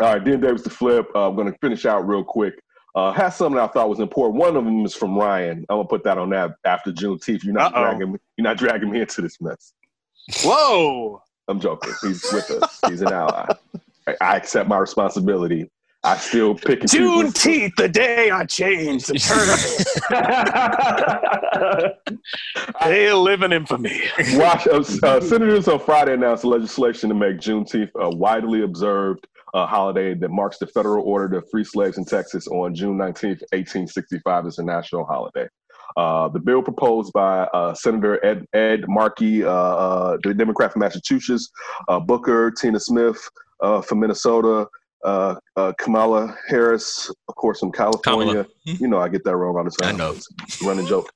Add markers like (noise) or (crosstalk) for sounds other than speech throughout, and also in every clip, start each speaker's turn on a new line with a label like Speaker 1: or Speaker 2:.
Speaker 1: All right, Dean Davis the Flip. Uh, I'm going to finish out real quick. Uh, has something I thought was important. One of them is from Ryan. I'm gonna put that on that after Juneteenth. You're not
Speaker 2: Uh-oh.
Speaker 1: dragging me. You're not dragging me into this mess.
Speaker 2: Whoa.
Speaker 1: I'm joking. He's with us. He's an ally. I, I accept my responsibility. I still pick and choose when-
Speaker 2: Juneteenth, the day I changed (laughs) the term. they live in (laughs) infamy.
Speaker 1: Wash, uh, uh, senators on Friday announced legislation to make Juneteenth a widely observed uh, holiday that marks the federal order to free slaves in Texas on June 19th, 1865, as a national holiday. Uh, the bill proposed by uh, Senator Ed, Ed Markey, uh, uh, the Democrat from Massachusetts, uh, Booker, Tina Smith uh, from Minnesota, uh, uh, Kamala Harris, of course, from California.
Speaker 3: Kamala. Mhm.
Speaker 1: You know, I get that wrong all the time.
Speaker 3: I know.
Speaker 1: It's a running joke.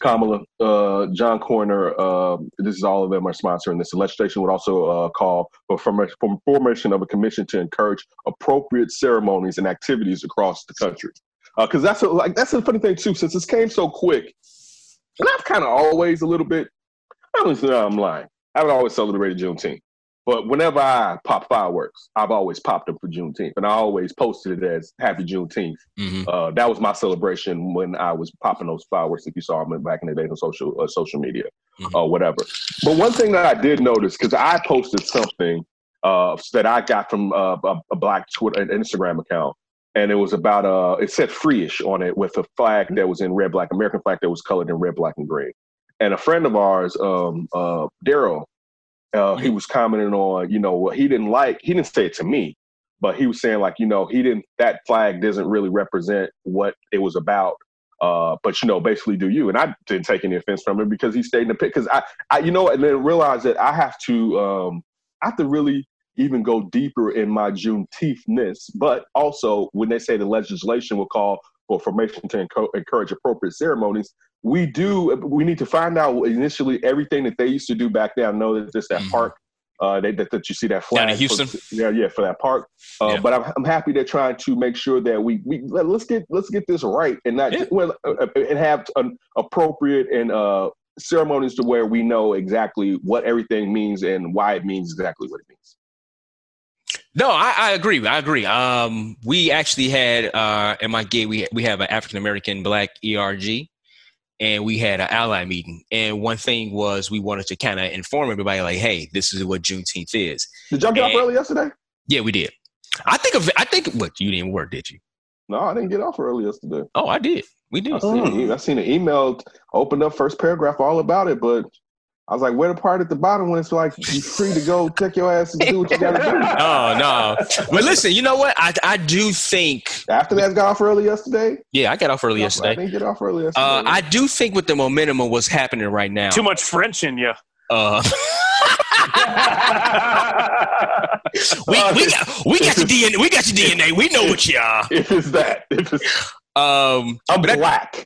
Speaker 1: Kamala, uh, John Corner, uh, this is all of them are sponsoring this. The legislation would also uh, call for form- form- formation of a commission to encourage appropriate ceremonies and activities across the country. Because that's a, like that's a funny thing too. Since this came so quick, and I've kind of always a little bit, I don't know I'm lying. I haven't always celebrated Juneteenth, but whenever I pop fireworks, I've always popped them for Juneteenth, and I always posted it as Happy Juneteenth
Speaker 3: Mhm.
Speaker 1: uh, that was my celebration when I was popping those fireworks. If you saw them back in the day on social uh, social media or
Speaker 3: Mhm.
Speaker 1: whatever. But one thing that I did notice because I posted something uh, that I got from uh, a, a black Twitter and Instagram account, and it was about uh, it said "freeish" on it with a flag that was in red, black American flag that was colored in red, black, and green. And a friend of ours, um, uh, Daryl, uh, he was commenting on, you know, what he didn't like. He didn't say it to me, but he was saying like, you know, he didn't. That flag doesn't really represent what it was about. Uh, but you know, basically, do you? And I didn't take any offense from him because he stayed in the pit. Because I, I, you know, and then realized that I have to, um, I have to really even go deeper in my Juneteenth-ness. But also, when they say the legislation will call for formation to enco- encourage appropriate ceremonies, we do we need to find out initially everything that they used to do back then. I know that there's that
Speaker 3: Mhm.
Speaker 1: park uh, they, that, that you see that flag
Speaker 3: Down in
Speaker 1: for-
Speaker 3: Houston?
Speaker 1: yeah, yeah, for that park. Uh,
Speaker 3: Yeah.
Speaker 1: But I'm, I'm happy they're trying to make sure that we, we let, us get let's get this right and not
Speaker 3: Yeah.
Speaker 1: well uh, uh, and have an appropriate and uh, ceremonies to where we know exactly what everything means and why it means exactly what it means.
Speaker 3: No, I, I agree. I agree. Um, we actually had uh, at my gate, we we have an African American Black ERG, and we had an ally meeting. And one thing was we wanted to kind of inform everybody, like, hey, this is what Juneteenth is.
Speaker 1: Did y'all get off
Speaker 3: And-
Speaker 1: early yesterday?
Speaker 3: Yeah, we did. I think of I think what you didn't work, did you?
Speaker 1: No, I didn't get off early yesterday.
Speaker 3: Oh, I did. We
Speaker 1: I
Speaker 3: did.
Speaker 1: seen, an e- I seen an email opened up first paragraph all about it, but I was like, where the part at the bottom when it's like you free to go take your ass and do what you
Speaker 4: (laughs)
Speaker 1: gotta
Speaker 3: Oh no. But listen, you know what? I I do think.
Speaker 1: do. After that got off early yesterday.
Speaker 3: Yeah, I got off early
Speaker 1: I
Speaker 3: yesterday.
Speaker 1: didn't get off early yesterday.
Speaker 3: Uh, I do think with the momentum of what's happening right now.
Speaker 2: Too much French in you. (laughs)
Speaker 3: Uh, (laughs) we, we, got, we got your DNA. We got your DNA. We know what you are.
Speaker 1: if it's that, if it's,
Speaker 3: Um, (laughs)
Speaker 1: I'm
Speaker 3: but I,
Speaker 1: black.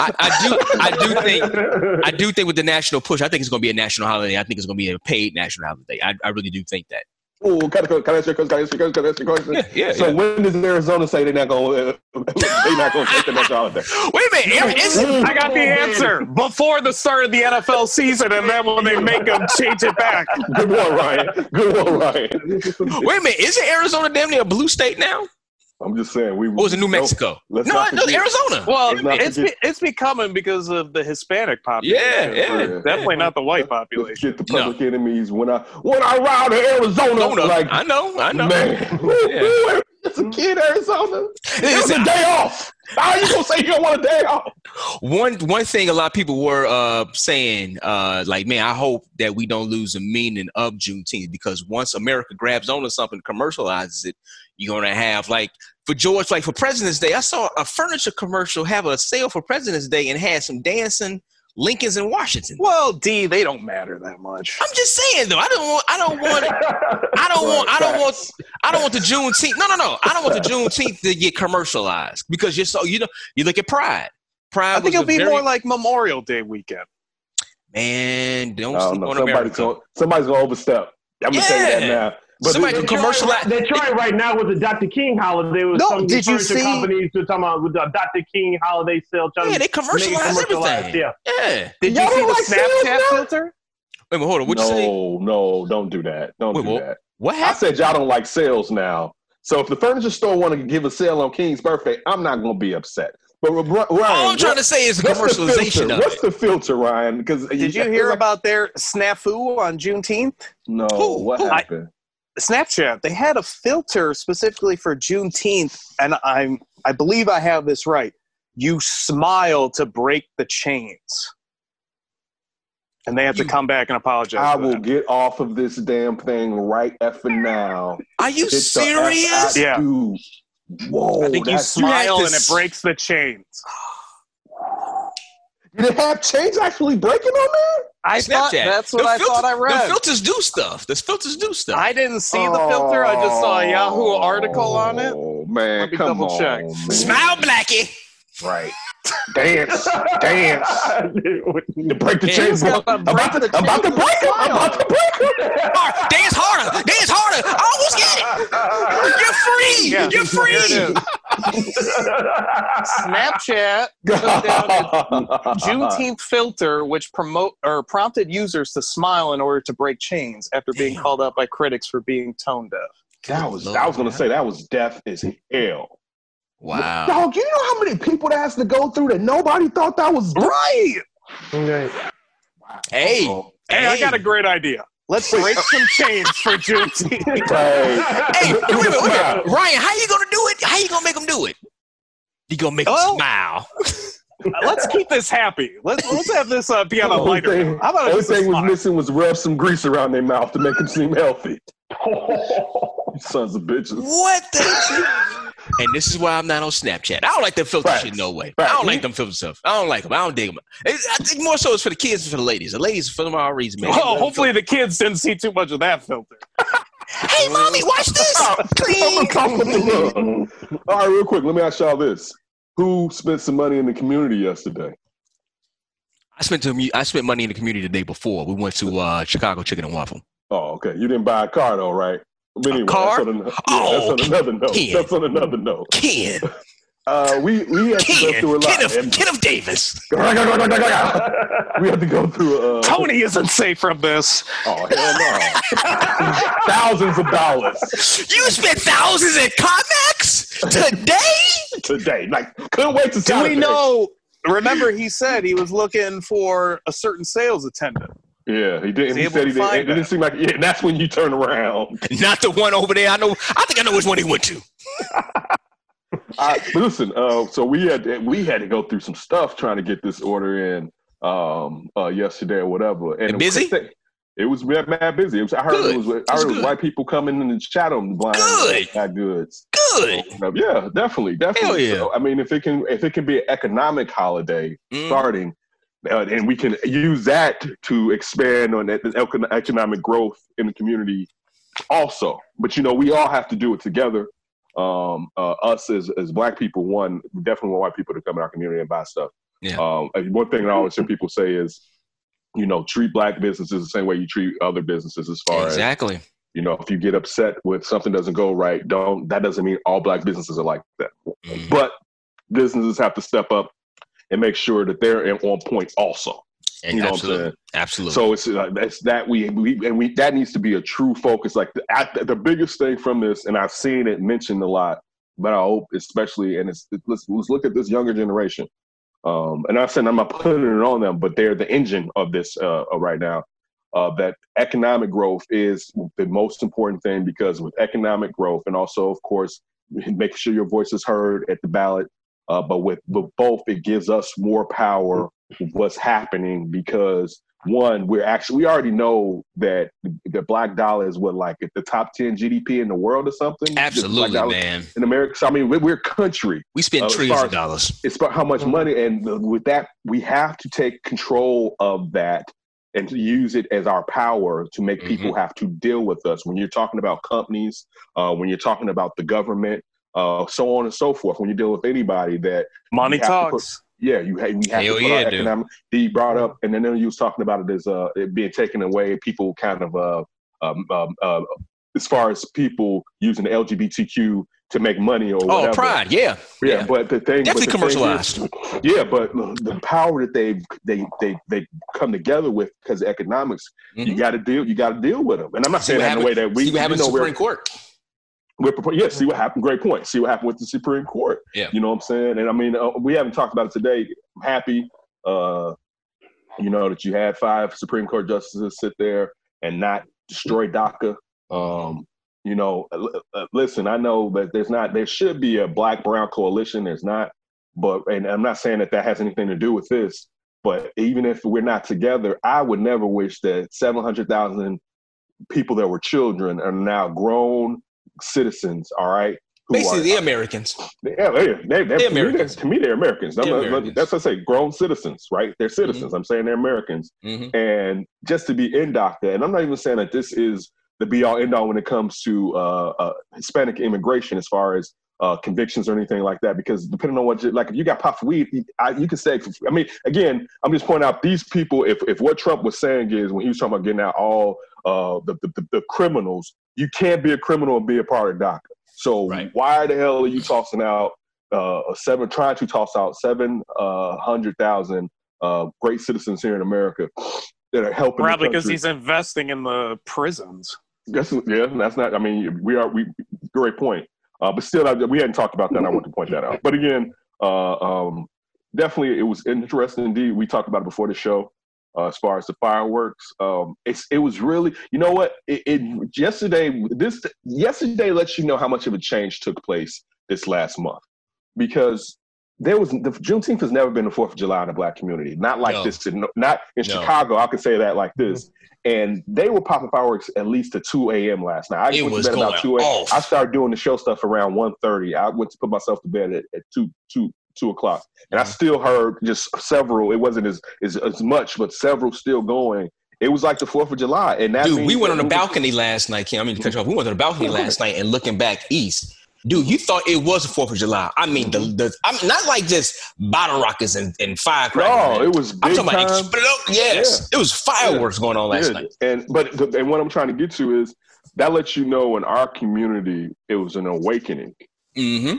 Speaker 3: I, I do. I do think. I do think with the national push, I think it's going to be a national holiday. I think it's going to be a paid national holiday. I, I really do think that.
Speaker 1: Ooh, can I, can I ask you a question? Can I ask you a question? Can I ask you a question?
Speaker 3: Yeah, (laughs) yeah.
Speaker 1: So when does Arizona say they're not going? (laughs) to They're not going to take the next holiday.
Speaker 3: yeah. Wait a minute. Aaron, is it-
Speaker 1: Mm.
Speaker 2: I got the answer before the start of the NFL season, and then when they make them change it back.
Speaker 1: Good one, Ryan. Good one, Ryan.
Speaker 3: wait a minute. Isn't Arizona damn near a blue state now?
Speaker 1: (laughs) I'm just saying we.
Speaker 3: Or was it New Mexico?
Speaker 1: let's
Speaker 3: no,
Speaker 1: not
Speaker 3: no,
Speaker 1: forget-
Speaker 3: Arizona.
Speaker 2: Well,
Speaker 1: It's not
Speaker 2: it's
Speaker 1: the-
Speaker 2: be, it's becoming because of the Hispanic population.
Speaker 3: yeah, yeah.
Speaker 1: Yeah.
Speaker 2: Definitely not the white
Speaker 1: Let's
Speaker 2: population.
Speaker 1: get the public enemies when I when I ride to Arizona.
Speaker 3: Arizona.
Speaker 1: Like
Speaker 3: I know. I know.
Speaker 1: man,
Speaker 3: Yeah.
Speaker 1: it's a kid Arizona. It was
Speaker 3: Listen,
Speaker 1: a day off. How are you gonna say you don't want a day off?
Speaker 3: One one thing a lot of people were uh, saying, uh, like, man, I hope that we don't lose the meaning of Juneteenth because once America grabs onto something, commercializes it, you're gonna have like for George, like for President's Day, I saw a furniture commercial have a sale for President's Day and had some dancing Lincolns in Washington.
Speaker 2: Well, D, they don't matter that much.
Speaker 3: I'm just saying though, I don't want, (laughs) I don't want, I don't want, I don't want, I don't want the Juneteenth. No, no, no, I don't want the Juneteenth to get commercialized because you're so you know you look at Pride. Pride.
Speaker 2: I think
Speaker 3: was
Speaker 2: it'll
Speaker 3: a
Speaker 2: be
Speaker 3: very-
Speaker 2: more like Memorial Day weekend.
Speaker 3: man. Don't
Speaker 1: I don't
Speaker 3: sleep
Speaker 1: know.
Speaker 3: on
Speaker 1: Somebody's
Speaker 3: America.
Speaker 1: gonna, somebody's gonna overstep. I'm gonna say that
Speaker 3: Yeah.
Speaker 1: now.
Speaker 3: Somebody
Speaker 1: this-
Speaker 3: can commercial-
Speaker 5: Detroit, Detroit right now with the Dr. King holiday. With
Speaker 2: No,
Speaker 5: some
Speaker 2: did you
Speaker 5: furniture
Speaker 2: see-
Speaker 5: companies who are talking about with the Dr. King holiday sale. Trying
Speaker 3: Yeah,
Speaker 5: to
Speaker 3: they
Speaker 5: make it
Speaker 3: commercialize
Speaker 5: commercialized.
Speaker 3: everything.
Speaker 5: Yeah.
Speaker 3: Yeah.
Speaker 2: Did
Speaker 1: Y'all
Speaker 2: you see
Speaker 1: don't
Speaker 2: the
Speaker 1: like cereals
Speaker 2: Snapchat
Speaker 1: now?
Speaker 2: filter?
Speaker 3: Wait, a minute, hold on. What you say?
Speaker 1: no, no, don't do that. Don't
Speaker 3: Wait,
Speaker 1: do
Speaker 3: what?
Speaker 1: that.
Speaker 3: What
Speaker 1: I
Speaker 3: happened?
Speaker 1: said y'all don't like sales now. So if the furniture store want to give a sale on King's birthday, I'm not going to be upset. But Ryan,
Speaker 3: All I'm trying to say is the
Speaker 1: what's the
Speaker 3: commercialization
Speaker 1: filter?
Speaker 3: of
Speaker 1: What's
Speaker 3: it.
Speaker 1: the filter, Ryan? Because
Speaker 4: Did you hear about their snafu on Juneteenth?
Speaker 1: No,
Speaker 3: Who?
Speaker 1: what
Speaker 3: Who? I-
Speaker 1: happened?
Speaker 4: Snapchat, they had a filter specifically for Juneteenth, and I'm I believe I have this right. You smile to break the chains. And they have to
Speaker 3: You-
Speaker 4: come back and apologize.
Speaker 1: I
Speaker 4: for
Speaker 1: will
Speaker 4: that.
Speaker 1: get off of this damn thing right effing now.
Speaker 3: Are you
Speaker 1: Get the
Speaker 3: serious?
Speaker 1: F out,
Speaker 4: Yeah.
Speaker 1: dude. Whoa,
Speaker 4: I think you
Speaker 1: that's-
Speaker 4: smile
Speaker 3: You had
Speaker 4: and
Speaker 3: to
Speaker 4: it
Speaker 3: s-
Speaker 4: breaks the chains.
Speaker 1: did it have change actually breaking on that?
Speaker 4: I thought
Speaker 3: Snapchat.
Speaker 4: that's what
Speaker 3: The
Speaker 4: I
Speaker 3: filter-
Speaker 4: thought I
Speaker 3: The
Speaker 4: read.
Speaker 3: filters do stuff. The filters do stuff.
Speaker 4: I didn't see the filter. I just saw a Yahoo article on it.
Speaker 1: Oh man,
Speaker 4: Let me
Speaker 1: come
Speaker 4: double
Speaker 1: on,
Speaker 4: check.
Speaker 1: man.
Speaker 3: Smile, Blackie.
Speaker 1: right? Dance, dance.
Speaker 5: (laughs)
Speaker 1: Break the
Speaker 3: Yeah,
Speaker 1: chains.
Speaker 4: he's got
Speaker 1: About,
Speaker 4: about
Speaker 1: about,
Speaker 4: breaking
Speaker 1: to,
Speaker 4: the
Speaker 1: about to
Speaker 4: chains
Speaker 1: break
Speaker 4: with
Speaker 1: him.
Speaker 4: a smile.
Speaker 1: About to break him.
Speaker 3: Hard. Dance harder. Dance harder. I almost got it. You're free.
Speaker 4: Yeah.
Speaker 3: You're
Speaker 4: Here it
Speaker 3: free.
Speaker 1: (laughs)
Speaker 4: is. Snapchat took down its Uh-huh. Juneteenth filter, which promote or prompted users to smile in order to break chains after being
Speaker 3: Damn.
Speaker 4: called out by critics for being tone deaf.
Speaker 1: That was. I was gonna say that was deaf as hell.
Speaker 3: Wow.
Speaker 1: Dog, you know how many people that has to go through that nobody thought that was
Speaker 4: Right.
Speaker 3: Hey.
Speaker 4: Hey, I got a great idea. Let's break (laughs) some chains for (laughs) Juneteenth.
Speaker 3: Hey, wait a minute, wait a minute. Ryan, how you gonna do it? How you gonna make them do it? You gonna make
Speaker 4: Well-
Speaker 3: them smile.
Speaker 4: Let's keep this happy. Let's let's have this uh, be on a lighter. note. How about just a
Speaker 1: everything was
Speaker 4: smile?
Speaker 1: missing was rub some grease around their mouth to make them seem
Speaker 4: (laughs)
Speaker 1: healthy. Sons of bitches.
Speaker 3: What the? (laughs) and this is why I'm not on Snapchat. I don't like them filter
Speaker 1: Facts.
Speaker 3: shit no way.
Speaker 1: Facts.
Speaker 3: I don't like them filter stuff. I don't like them. I don't dig them. I think more so it's for the kids and for the ladies. The ladies for the wrong reason, man.
Speaker 4: Well, Oh, hopefully the kids didn't see too much of that filter.
Speaker 3: Hey, mommy, watch (laughs) this. Clean.
Speaker 1: All right, real quick, let me ask y'all this. Who spent some money in the community yesterday?
Speaker 3: I spent to, I spent money in the community the day before. We went to uh, Chicago Chicken and Waffle.
Speaker 1: Oh, okay. You didn't buy a car though, right? But anyway,
Speaker 3: car?
Speaker 1: That's on, an- yeah,
Speaker 3: Oh,
Speaker 1: that's on another note.
Speaker 3: kid.
Speaker 1: That's on another note.
Speaker 3: (laughs) Ken,
Speaker 1: Uh, we we had to go
Speaker 3: Ken,
Speaker 1: through a lot.
Speaker 3: Kenneth,
Speaker 1: and- (laughs)
Speaker 3: Kenneth Davis.
Speaker 1: we had to go through uh,
Speaker 4: Tony isn't safe from this.
Speaker 1: Oh hell no!
Speaker 4: (laughs)
Speaker 1: Thousands of dollars
Speaker 3: You spent thousands at COMEX today.
Speaker 1: today. Like couldn't wait to see.
Speaker 4: Do we know? Remember, he said he was looking for a certain sales attendant.
Speaker 1: Yeah, he didn't.
Speaker 4: Is he
Speaker 1: He
Speaker 4: able
Speaker 1: said
Speaker 4: to
Speaker 1: he didn't.
Speaker 4: find
Speaker 1: It didn't
Speaker 4: that?
Speaker 1: seem like. Yeah, and that's when you turn around.
Speaker 3: (laughs) Not the one over there. I know. I think I know which one he went to.
Speaker 1: I, but listen, uh, so we had we had to go through some stuff trying to get this order in um, uh, yesterday or whatever. And
Speaker 3: And busy?
Speaker 1: It was mad, mad busy. It was, I heard
Speaker 3: Good.
Speaker 1: it was. I heard
Speaker 3: That's
Speaker 1: it was
Speaker 3: good.
Speaker 1: white people coming in and shadowing the blind.
Speaker 3: Good.
Speaker 1: Not goods.
Speaker 3: Good.
Speaker 1: Yeah, definitely, definitely.
Speaker 3: Hell yeah.
Speaker 1: So, I mean, if it can, if it can be an economic holiday,
Speaker 3: Mm.
Speaker 1: starting, uh, and we can use that to expand on that, the econ- economic growth in the community, also. But you know, we all have to do it together. Um, uh, us as as black people, one we definitely want white people to come in our community and buy stuff.
Speaker 3: Yeah.
Speaker 1: Um, and one thing I always hear people say is, you know, treat black businesses the same way you treat other businesses. As far as
Speaker 3: Exactly.
Speaker 1: you know, if you get upset with something doesn't go right, don't. That doesn't mean all black businesses are like that.
Speaker 3: Mm.
Speaker 1: But businesses have to step up and make sure that they're in- on point also. You know
Speaker 3: Absolutely.
Speaker 1: what I'm saying?
Speaker 3: Absolutely.
Speaker 1: So it's uh, that's that we, we and we that needs to be a true focus. Like the, I, the biggest thing from this, and I've seen it mentioned a lot, but I hope especially and it's it, let's, let's look at this younger generation. Um, and I'm saying I'm not putting it on them, but they're the engine of this uh, uh, right now. Uh, that economic growth is the most important thing because with economic growth and also of course making sure your voice is heard at the ballot uh, but with, with both it gives us more power of what's happening because one we're actually we already know that the black dollar is what like at the top 10 gdp in the world or something The black
Speaker 3: Absolutely,
Speaker 1: dollar
Speaker 3: man.
Speaker 1: in america so i mean we're, we're country
Speaker 3: We spend
Speaker 1: Uh, as
Speaker 3: trillions
Speaker 1: far
Speaker 3: of
Speaker 1: as-
Speaker 3: dollars.
Speaker 1: it's about how much
Speaker 3: Mm-hmm.
Speaker 1: money and the- with that we have to take control of that and to use it as our power to make
Speaker 3: Mm-hmm.
Speaker 1: people have to deal with us when you're talking about companies uh, when you're talking about the government uh, so on and so forth when you deal with anybody that
Speaker 4: Money
Speaker 1: You have to put-
Speaker 4: talks.
Speaker 1: yeah, you had we have
Speaker 3: Hell
Speaker 1: to put our
Speaker 3: yeah, dude.
Speaker 1: economic. He brought up, and then you was talking about it as uh it being taken away. People kind of uh um, um uh as far as people using the LGBTQ to make money or
Speaker 3: Oh,
Speaker 1: whatever.
Speaker 3: pride. Yeah.
Speaker 1: Yeah,
Speaker 3: yeah.
Speaker 1: but the thing but
Speaker 3: Definitely
Speaker 1: the thing is-
Speaker 3: commercialized.
Speaker 1: yeah, but uh, the power that they've they they they come together with because economics,
Speaker 3: Mhm.
Speaker 1: you got to deal you got to deal with them. And I'm not
Speaker 3: See
Speaker 1: saying
Speaker 3: what
Speaker 1: that in a way that we
Speaker 3: See what
Speaker 1: you
Speaker 3: happened in
Speaker 1: know,
Speaker 3: Supreme
Speaker 1: we're-
Speaker 3: Court.
Speaker 1: We're propo- yeah, see what happened. Great point. See what happened with the Supreme Court.
Speaker 3: Yeah.
Speaker 1: you know what I'm saying. And I mean, uh, we haven't talked about it today. I'm happy, uh, you know, that you had five Supreme Court justices sit there and not destroy DACA. Um, you know, l- uh, listen, I know that there's not, there should be a black-brown coalition. There's not, but and I'm not saying that that has anything to do with this. But even if we're not together, I would never wish that 700,000 people that were children are now grown citizens. All right. who are-
Speaker 3: Basically, the Americans.
Speaker 1: yeah, they, they, they,
Speaker 3: They're
Speaker 1: to, me, they're,
Speaker 3: Americans.
Speaker 1: to me, they're Americans. I'm
Speaker 3: They're
Speaker 1: not-
Speaker 3: Americans. Mm-hmm.
Speaker 1: That's what I say, grown citizens, right? They're citizens. I'm saying they're Americans.
Speaker 3: Mhm.
Speaker 1: And just to be in DACA, and I'm not even saying that this is the be all end all when it comes to uh, uh, Hispanic immigration as far as uh, convictions or anything like that, because depending on what, you, like if you got puffed weed, you- I, you can say, I mean, again, I'm just pointing out these people, if, if what Trump was saying is when he was talking about getting out all uh, the, the, the, the criminals, you can't be a criminal and be a part of DACA. So
Speaker 3: Right.
Speaker 1: why the hell are you tossing out uh, seven trying to toss out seven uh, hundred thousand uh, great citizens here in America that are helping. the
Speaker 4: Probably because
Speaker 1: country.
Speaker 4: he's investing in the prisons.
Speaker 1: That's, yeah, that's not. I mean, we are. We great point. Uh, but still, I, we hadn't talked about that. and I want to point that out. But again, uh, um, definitely, it was interesting. Indeed, we talked about it before the show. Uh, as far as the fireworks, um, it's it was really. You know what? It, it yesterday. This yesterday lets you know how much of a change took place this last month, because there was the Juneteenth has never been the Fourth of July in the Black community. Not like
Speaker 3: No.
Speaker 1: this. in- Not in
Speaker 3: No.
Speaker 1: Chicago. I could say that like this and they were popping fireworks at least to 2 a.m. last night. I
Speaker 3: It
Speaker 1: went
Speaker 3: was
Speaker 1: to bed about 2
Speaker 3: going
Speaker 1: a.m.
Speaker 3: off.
Speaker 1: I started doing the show stuff around 1.30. I went to put myself to bed at, at 2, 2, 2 o'clock. And I
Speaker 3: Mm-hmm.
Speaker 1: still heard just several. It wasn't as, as, as much, but several still going. It was like the 4th of July. And that
Speaker 3: Dude,
Speaker 1: means
Speaker 3: we went on
Speaker 1: that
Speaker 3: the
Speaker 1: it was-
Speaker 3: balcony last night, Kim. I mean, to cut you off. We went on the balcony last night and looking back east. Dude, you thought it was the Fourth of July. I mean,
Speaker 1: Mm-hmm.
Speaker 3: the, the I'm not like just bottle rockets and, and firecrackers.
Speaker 1: No,
Speaker 3: man.
Speaker 1: it was big
Speaker 3: I'm talking
Speaker 1: time.
Speaker 3: about expl- yes, it was fireworks going on last
Speaker 1: Yeah,
Speaker 3: night.
Speaker 1: And but th- and what I'm trying to get to is that lets you know in our community it was an awakening.
Speaker 3: Mm-hmm.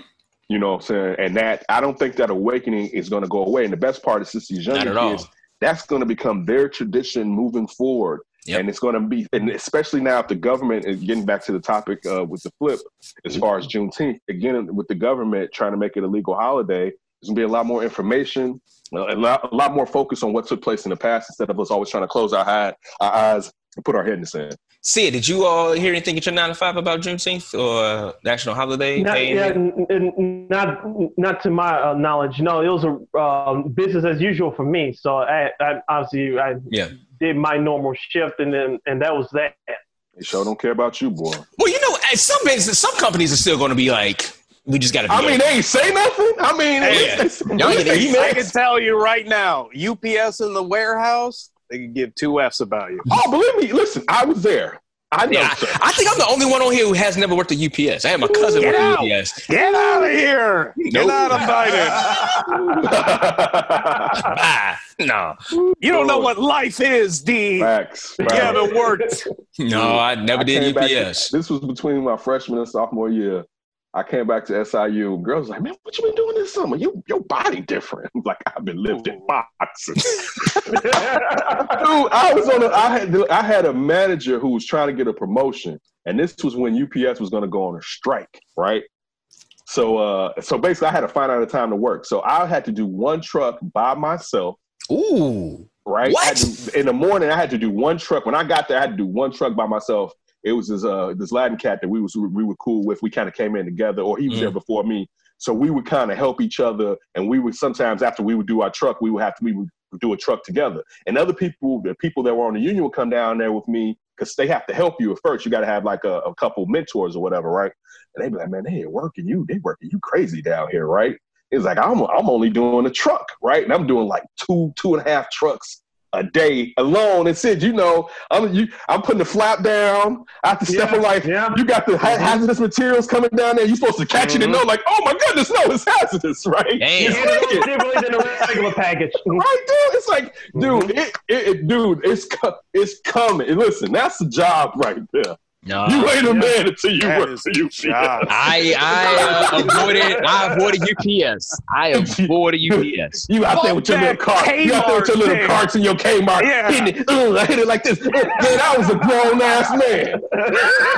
Speaker 1: You know what I'm saying? And that I don't think that awakening is going to go away. And the best part is since these
Speaker 3: Not
Speaker 1: younger
Speaker 3: at all.
Speaker 1: kids, that's going to become their tradition moving forward.
Speaker 3: Yep.
Speaker 1: And it's going to be, and especially now if the government is getting back to the topic uh, with the flip, as far as Juneteenth, again with the government trying to make it a legal holiday, there's going to be a lot more information, a lot, a lot more focus on what took place in the past instead of us always trying to close our, hide, our eyes and put our head in the sand.
Speaker 3: Sid, did you all hear anything at your nine to five about Juneteenth or national holiday?
Speaker 5: Not,
Speaker 3: day?
Speaker 5: yeah, n- n- not, not to my uh, knowledge. No, it was a um, business as usual for me. So I, I obviously I
Speaker 3: Yeah.
Speaker 5: did my normal shift, and then and that was that. (laughs)
Speaker 1: They sure don't care about you, boy.
Speaker 3: Well, you know, at some business, some companies are still going to be like, we just got to.
Speaker 1: I mean, they ain't say nothing. I mean,
Speaker 3: Hey,
Speaker 1: it's- it's-
Speaker 3: y'all get an email.
Speaker 4: I can tell you right now, UPS in the warehouse, they could give two F's about
Speaker 1: (laughs)
Speaker 4: you.
Speaker 1: Oh, believe me. Listen, I was there. I know.
Speaker 3: Yeah,
Speaker 1: sir.
Speaker 3: (laughs) I, I think I'm the only one on here who has never worked at UPS. I had my cousin
Speaker 4: Get
Speaker 3: work
Speaker 4: out.
Speaker 3: at UPS.
Speaker 4: Get out of here!
Speaker 3: Nope.
Speaker 4: Get out of Biden!
Speaker 3: Ah, no,
Speaker 4: You don't know what life is, D.
Speaker 1: Facts.
Speaker 4: You haven't worked.
Speaker 1: (laughs)
Speaker 3: no, I never
Speaker 1: I came
Speaker 3: did
Speaker 1: back to-
Speaker 3: UPS.
Speaker 1: this was between my freshman and sophomore year. I came back to SIU. Girls was like, man, what you been doing this summer? You, your body different. (laughs) I'm like, I've been lifting
Speaker 4: (laughs)
Speaker 1: boxes. Dude, I was on. A, I had I had a manager who was trying to get a promotion, and this was when UPS was going to go on a strike, right? So, uh, so basically, I had to find out a time to work. So I had to do one truck by myself.
Speaker 3: Ooh,
Speaker 1: right?
Speaker 3: What?
Speaker 1: I had to- in the morning, I had to do one truck. When I got there, I had to do one truck by myself. It was this uh this Latin cat that we was we were cool with. We kind of came in together, or he was
Speaker 3: Mhm.
Speaker 1: there before me, so we would kind of help each other. And we would sometimes after we would do our truck, we would have to we would do a truck together. And other people, the people that were on the union, would come down there with me because they have to help you at first. You got to have like a, a couple mentors or whatever, right? And they'd be like, man, they ain't working you. They working you crazy down here, right? It's like I'm I'm only doing a truck, right? And I'm doing like two two and a half trucks a day alone. And Sid, you know, I'm you, I'm putting the flap down. I have to step
Speaker 5: Yeah,
Speaker 1: on like
Speaker 5: yeah.
Speaker 1: you got the ha- hazardous materials coming down there. You're supposed to catch it and know like, oh my goodness, no, it's hazardous, right?
Speaker 3: Damn.
Speaker 1: It's
Speaker 5: Yeah, it was
Speaker 1: wicked,
Speaker 5: different than a regular package.
Speaker 1: Right, dude. It's like,
Speaker 4: Mm-hmm.
Speaker 1: dude, it, it, it- dude, it's co- it's coming. And listen, that's the job right there.
Speaker 3: No.
Speaker 1: You ain't a man until you
Speaker 4: Uh, That
Speaker 1: work
Speaker 4: is
Speaker 1: for you.
Speaker 4: job.
Speaker 3: I I uh, avoided I avoided UPS. (laughs) I avoided UPS.
Speaker 1: You out there with your little
Speaker 2: Fuck that
Speaker 1: carts. You out there with
Speaker 2: Kmart
Speaker 1: your little
Speaker 2: thing.
Speaker 1: carts and your Kmart.
Speaker 2: Yeah.
Speaker 1: Hitting it. Ugh, I hit it like this.
Speaker 2: (laughs)
Speaker 1: Ugh, man, I was a grown ass man.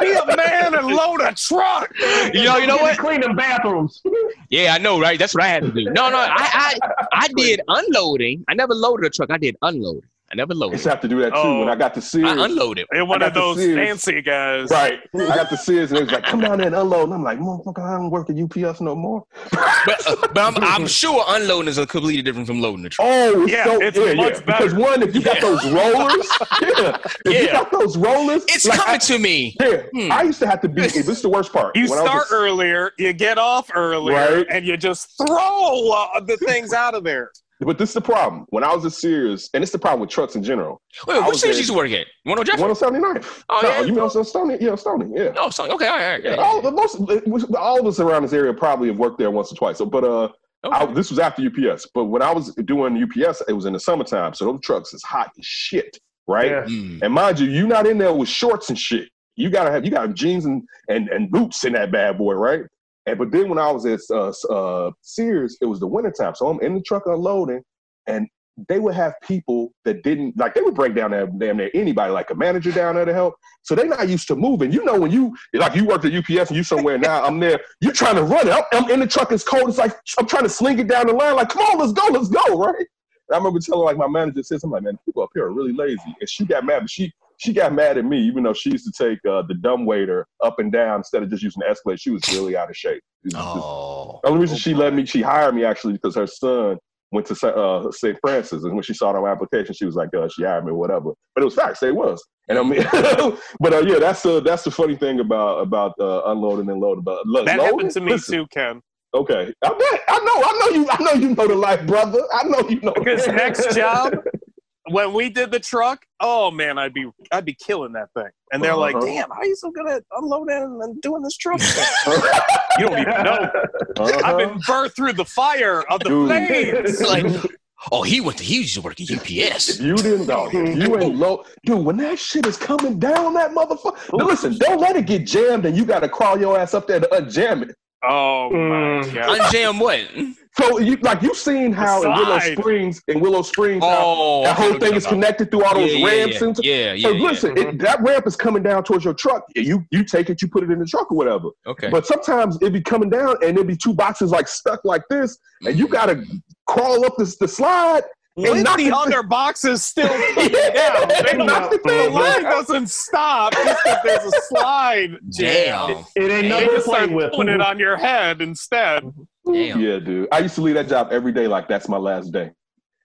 Speaker 2: Be a man and load a truck.
Speaker 3: Yo, you know
Speaker 5: Get
Speaker 3: what?
Speaker 5: to Clean the bathrooms.
Speaker 3: Yeah, I know, right? That's what I had to do. No, no, I I, I did unloading. I never loaded a truck. I did unloading. I
Speaker 1: I
Speaker 3: never
Speaker 1: used
Speaker 3: loaded.
Speaker 1: to
Speaker 3: I
Speaker 1: have to do that too
Speaker 2: Oh.
Speaker 1: when I got to Sears.
Speaker 3: unloaded.
Speaker 2: And one
Speaker 1: I
Speaker 2: of
Speaker 1: got
Speaker 2: those
Speaker 1: the Sears.
Speaker 2: fancy guys.
Speaker 1: Right. I got to Sears and they was like, come down there and unload. And I'm like, motherfucker, I don't work at UPS no more.
Speaker 3: But, uh, but I'm, I'm sure unloading is a completely different from loading a truck.
Speaker 1: Oh, it's
Speaker 2: Yeah,
Speaker 1: so,
Speaker 2: it's
Speaker 1: yeah,
Speaker 2: much
Speaker 1: yeah.
Speaker 2: better.
Speaker 1: Because one, if you
Speaker 3: Yeah.
Speaker 1: got those rollers, yeah. If you
Speaker 2: Yeah.
Speaker 1: got those rollers,
Speaker 3: It's
Speaker 1: like,
Speaker 3: coming
Speaker 1: I-
Speaker 3: to me.
Speaker 1: Yeah,
Speaker 3: Hmm.
Speaker 1: I used to have to be. This is the worst part.
Speaker 2: You
Speaker 1: When I was
Speaker 2: start
Speaker 1: a-
Speaker 2: earlier, you get off earlier,
Speaker 1: Right.
Speaker 2: and you just
Speaker 4: Throw uh, the things out of there.
Speaker 1: but this is the problem. When I was at Sears, and it's the problem with trucks in general.
Speaker 3: Wait,
Speaker 1: I
Speaker 3: which
Speaker 1: was
Speaker 3: series
Speaker 1: in-
Speaker 3: you used to work at? One on Jefferson?
Speaker 1: 179.
Speaker 3: Oh,
Speaker 1: no,
Speaker 3: yeah. Oh,
Speaker 1: you Oh, know, so Stony, yeah, Stony, yeah.
Speaker 3: No, sorry. Okay, all right, all right.
Speaker 1: Yeah, all, the most, all of us around this area probably have worked there once or twice. So, but uh,
Speaker 3: Okay.
Speaker 1: I, this was after UPS. But when I was doing UPS, it was in the summertime, so those trucks is hot as shit, right?
Speaker 5: Yeah.
Speaker 1: (laughs)
Speaker 3: Mm.
Speaker 1: And mind you, you not in there with shorts and shit. You gotta have you got jeans and, and and boots in that bad boy, right? And but then when I was at uh, uh, Sears, it was the wintertime, so I'm in the truck unloading, and they would have people that didn't like they would break down that damn near anybody, like a manager down there to help. So they're not used to moving. You know when you like you worked at UPS and you somewhere now I'm there, you're trying to run it. I'm, I'm in the truck, it's cold. It's like I'm trying to sling it down the line. Like come on, let's go, let's go, right? And I remember telling like my manager says, I'm like, man, people up here are really lazy. And she got mad, but she she got mad at me, even though she used to take uh, the dumb waiter up and down instead of just using the escalator. She was really out of shape. It was just-
Speaker 3: Oh.
Speaker 1: the only reason she let me, she hired me actually because her son went to Sa- uh, St. Francis, and when she saw it on my application, she was like, uh, "She hired me, whatever." But it was facts; it was. And I mean, (laughs) but uh, yeah, that's uh, that's the funny thing about about uh, unloading and loading. But look,
Speaker 2: that
Speaker 1: loading,
Speaker 2: happened to me
Speaker 1: listen,
Speaker 2: too, Ken.
Speaker 1: Okay, I bet I know, I know you, I know you know the life, brother. I know you know.
Speaker 2: Because next job, (laughs) when we did the truck, oh man, I'd be I'd be killing that thing. And they're like,
Speaker 1: Uh-huh.
Speaker 2: "Damn, how are you so good at unloading and doing this truck?"
Speaker 1: (laughs)
Speaker 2: thing?"
Speaker 1: (laughs) Uh-huh.
Speaker 2: you don't even know. I've been burned through the fire of the
Speaker 1: Dude.
Speaker 2: flames.
Speaker 1: (laughs)
Speaker 3: It's like, oh, he went to, he used to work at UPS.
Speaker 1: If you didn't know, if you
Speaker 2: (laughs)
Speaker 1: ain't low, dude, when that shit is coming down, that motherfucker. Now listen, don't let it get jammed, and you got to crawl your ass up there to unjam it.
Speaker 2: Oh my
Speaker 5: Mm.
Speaker 2: god!
Speaker 1: (laughs)
Speaker 3: Unjam what?
Speaker 1: So, you like you seen how in Willow
Speaker 2: Side.
Speaker 1: Springs, in Willow Springs, how
Speaker 3: Oh.
Speaker 1: that whole thing is connected through all those
Speaker 3: yeah,
Speaker 1: ramps.
Speaker 3: Yeah,
Speaker 1: and stuff.
Speaker 3: yeah,
Speaker 1: so
Speaker 3: yeah, yeah. mm-hmm.
Speaker 1: listen, it, that ramp is coming down towards your truck. You you take it, you put it in the truck or whatever.
Speaker 3: Okay.
Speaker 1: But sometimes it be coming down, and it be two boxes like stuck like this, and
Speaker 3: Mm-hmm.
Speaker 1: you got to crawl up this the
Speaker 3: (laughs)
Speaker 1: slide.
Speaker 2: With
Speaker 1: knock
Speaker 2: the
Speaker 1: it-
Speaker 2: other boxes
Speaker 1: (laughs)
Speaker 2: still coming
Speaker 1: Yeah,
Speaker 2: down, they
Speaker 1: and
Speaker 2: don't-
Speaker 1: knock the
Speaker 2: the
Speaker 1: thing
Speaker 2: line
Speaker 1: back.
Speaker 2: doesn't stop just 'cause there's a slide. jam.
Speaker 3: Damn.
Speaker 5: (laughs) It ain't
Speaker 2: They
Speaker 5: nothing to
Speaker 2: just
Speaker 5: play
Speaker 2: start
Speaker 5: with.
Speaker 2: putting
Speaker 5: (laughs)
Speaker 2: it on your head instead.
Speaker 3: Damn.
Speaker 1: Yeah, dude. I used to leave that job every day like that's my last day.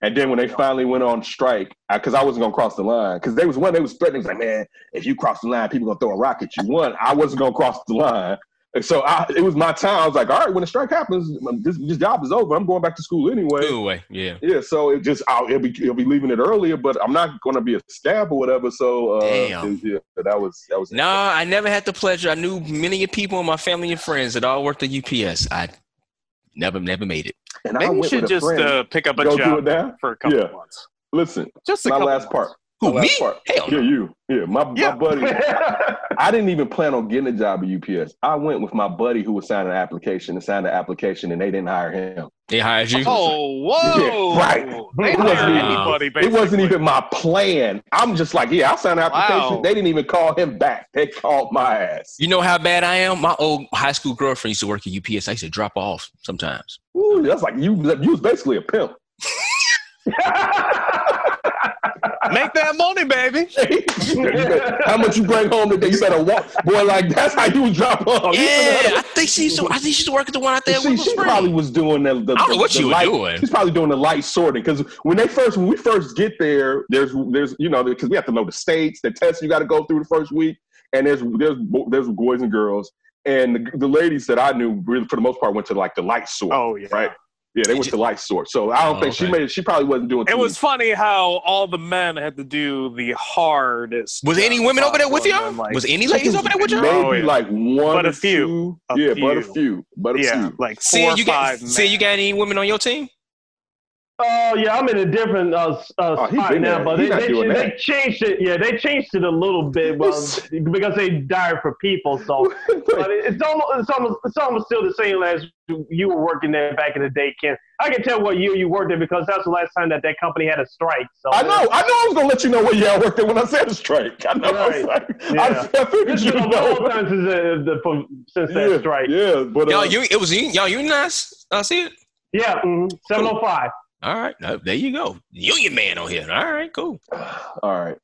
Speaker 1: And then when they finally went on strike, because I, wasn't gonna cross the line, because they was one, they was threatening, was like, man, if you cross the line, people gonna throw a rock at you. One, I wasn't gonna cross the line, and so I, it was my time. I was like, all right, when the strike happens, um, this, this job is over. I'm going back to school anyway.
Speaker 3: Anyway, yeah.
Speaker 1: Yeah, so it just I'll it'll be, it'll be leaving it earlier, but I'm not gonna be a scab or whatever. So uh,
Speaker 3: Damn.
Speaker 1: yeah, that was that was
Speaker 3: No, I never had the pleasure. I knew many people in my family and friends that all worked at UPS. I never, never made it.
Speaker 1: And I
Speaker 2: Maybe you
Speaker 1: went
Speaker 2: should
Speaker 1: with a
Speaker 2: just
Speaker 1: friend.
Speaker 2: uh, pick up a
Speaker 1: Go do it
Speaker 2: job
Speaker 1: now.
Speaker 2: for a couple
Speaker 1: Yeah.
Speaker 2: months.
Speaker 1: Listen,
Speaker 2: Just a
Speaker 1: my
Speaker 2: couple
Speaker 1: last part.
Speaker 2: months.
Speaker 3: Who,
Speaker 1: My
Speaker 3: me?
Speaker 1: last Oh, part.
Speaker 3: Hell
Speaker 1: Yeah,
Speaker 3: no.
Speaker 1: you. Yeah, my,
Speaker 2: Yeah.
Speaker 1: my
Speaker 3: (laughs)
Speaker 1: buddy. I didn't even plan on getting a job at UPS. I went with my buddy who was signing an application and signed an application, and they didn't hire him.
Speaker 3: They hired (laughs) you.
Speaker 2: Oh, whoa!
Speaker 1: Yeah, right.
Speaker 2: They
Speaker 1: It
Speaker 2: hired
Speaker 1: wasn't
Speaker 3: even-
Speaker 2: anybody. Basically.
Speaker 1: It wasn't even my plan. I'm just like, yeah, I signed an application.
Speaker 2: Wow.
Speaker 1: They didn't even call him back. They called my ass.
Speaker 3: You know how bad I am? My old high school girlfriend used to work at UPS. I used to drop her off sometimes.
Speaker 1: Ooh, that's like you. You was basically a pimp. (laughs)
Speaker 2: Make that money, baby.
Speaker 1: You bet- how much you bring home today? You better walk, boy. Like that's how you drop off. Oh, You
Speaker 3: yeah,
Speaker 1: better-
Speaker 3: I think she used to. I think she used to work at the one out there.
Speaker 1: she,
Speaker 3: She,
Speaker 1: she probably was doing the. the
Speaker 3: I don't know
Speaker 1: the-
Speaker 3: what
Speaker 1: the
Speaker 3: she was
Speaker 1: light-
Speaker 3: doing.
Speaker 1: She's probably doing the light sorting because when they first when we first get there, there's there's you know because we have to know the states, the tests you got to go through the first week, and there's there's bo- there's boys and girls, and the, the ladies that I knew really for the most part went to like the light sort,
Speaker 4: Oh yeah.
Speaker 1: right? Yeah, they went to light sort. So I don't
Speaker 3: Oh,
Speaker 1: think she
Speaker 3: okay.
Speaker 1: made. it. She probably wasn't doing.
Speaker 2: It
Speaker 1: too-
Speaker 2: was funny how all the men had to do the hardest.
Speaker 3: Was any women over there with y'all?
Speaker 2: Like,
Speaker 3: was any ladies over there with y'all?
Speaker 1: maybe
Speaker 2: Oh, yeah.
Speaker 1: like one,
Speaker 2: But a
Speaker 1: or
Speaker 2: few.
Speaker 1: two.
Speaker 4: A
Speaker 1: yeah, but a
Speaker 4: few.
Speaker 1: few, but a
Speaker 4: Yeah,
Speaker 1: few.
Speaker 4: like four
Speaker 3: See,
Speaker 4: or
Speaker 3: you got.
Speaker 4: five.
Speaker 3: See, you got any women on your team?
Speaker 5: Oh yeah, I'm in a different uh, s- uh,
Speaker 1: Oh, he's
Speaker 5: spot
Speaker 1: in
Speaker 5: now,
Speaker 1: there.
Speaker 5: but
Speaker 1: He's
Speaker 5: they,
Speaker 1: not
Speaker 5: they,
Speaker 1: doing
Speaker 5: they
Speaker 1: that.
Speaker 5: changed it. Yeah, they changed it a little bit
Speaker 1: (laughs)
Speaker 5: well, because they died for people. So (laughs) but it- it's almost, it's almost it's almost still the same as you were working there back in the day, Ken. I can tell what year you worked there because that's the last time that that company had a strike. So
Speaker 1: I know. I know. I was gonna let you know where y'all worked at when I said a strike. I know. I, was
Speaker 5: Right.
Speaker 1: like, (laughs) I, I figured
Speaker 5: It's
Speaker 1: you
Speaker 5: been a long
Speaker 1: know.
Speaker 5: time since, uh, the, from- since that
Speaker 1: yeah,
Speaker 5: strike.
Speaker 1: Yeah, but uh,
Speaker 3: Y'all, you it was un- y'all unionized. I see it. uh,
Speaker 5: Yeah, mhm, 705.
Speaker 3: All right, no, there you go. Union man on here. All right, cool.
Speaker 1: (sighs) all right.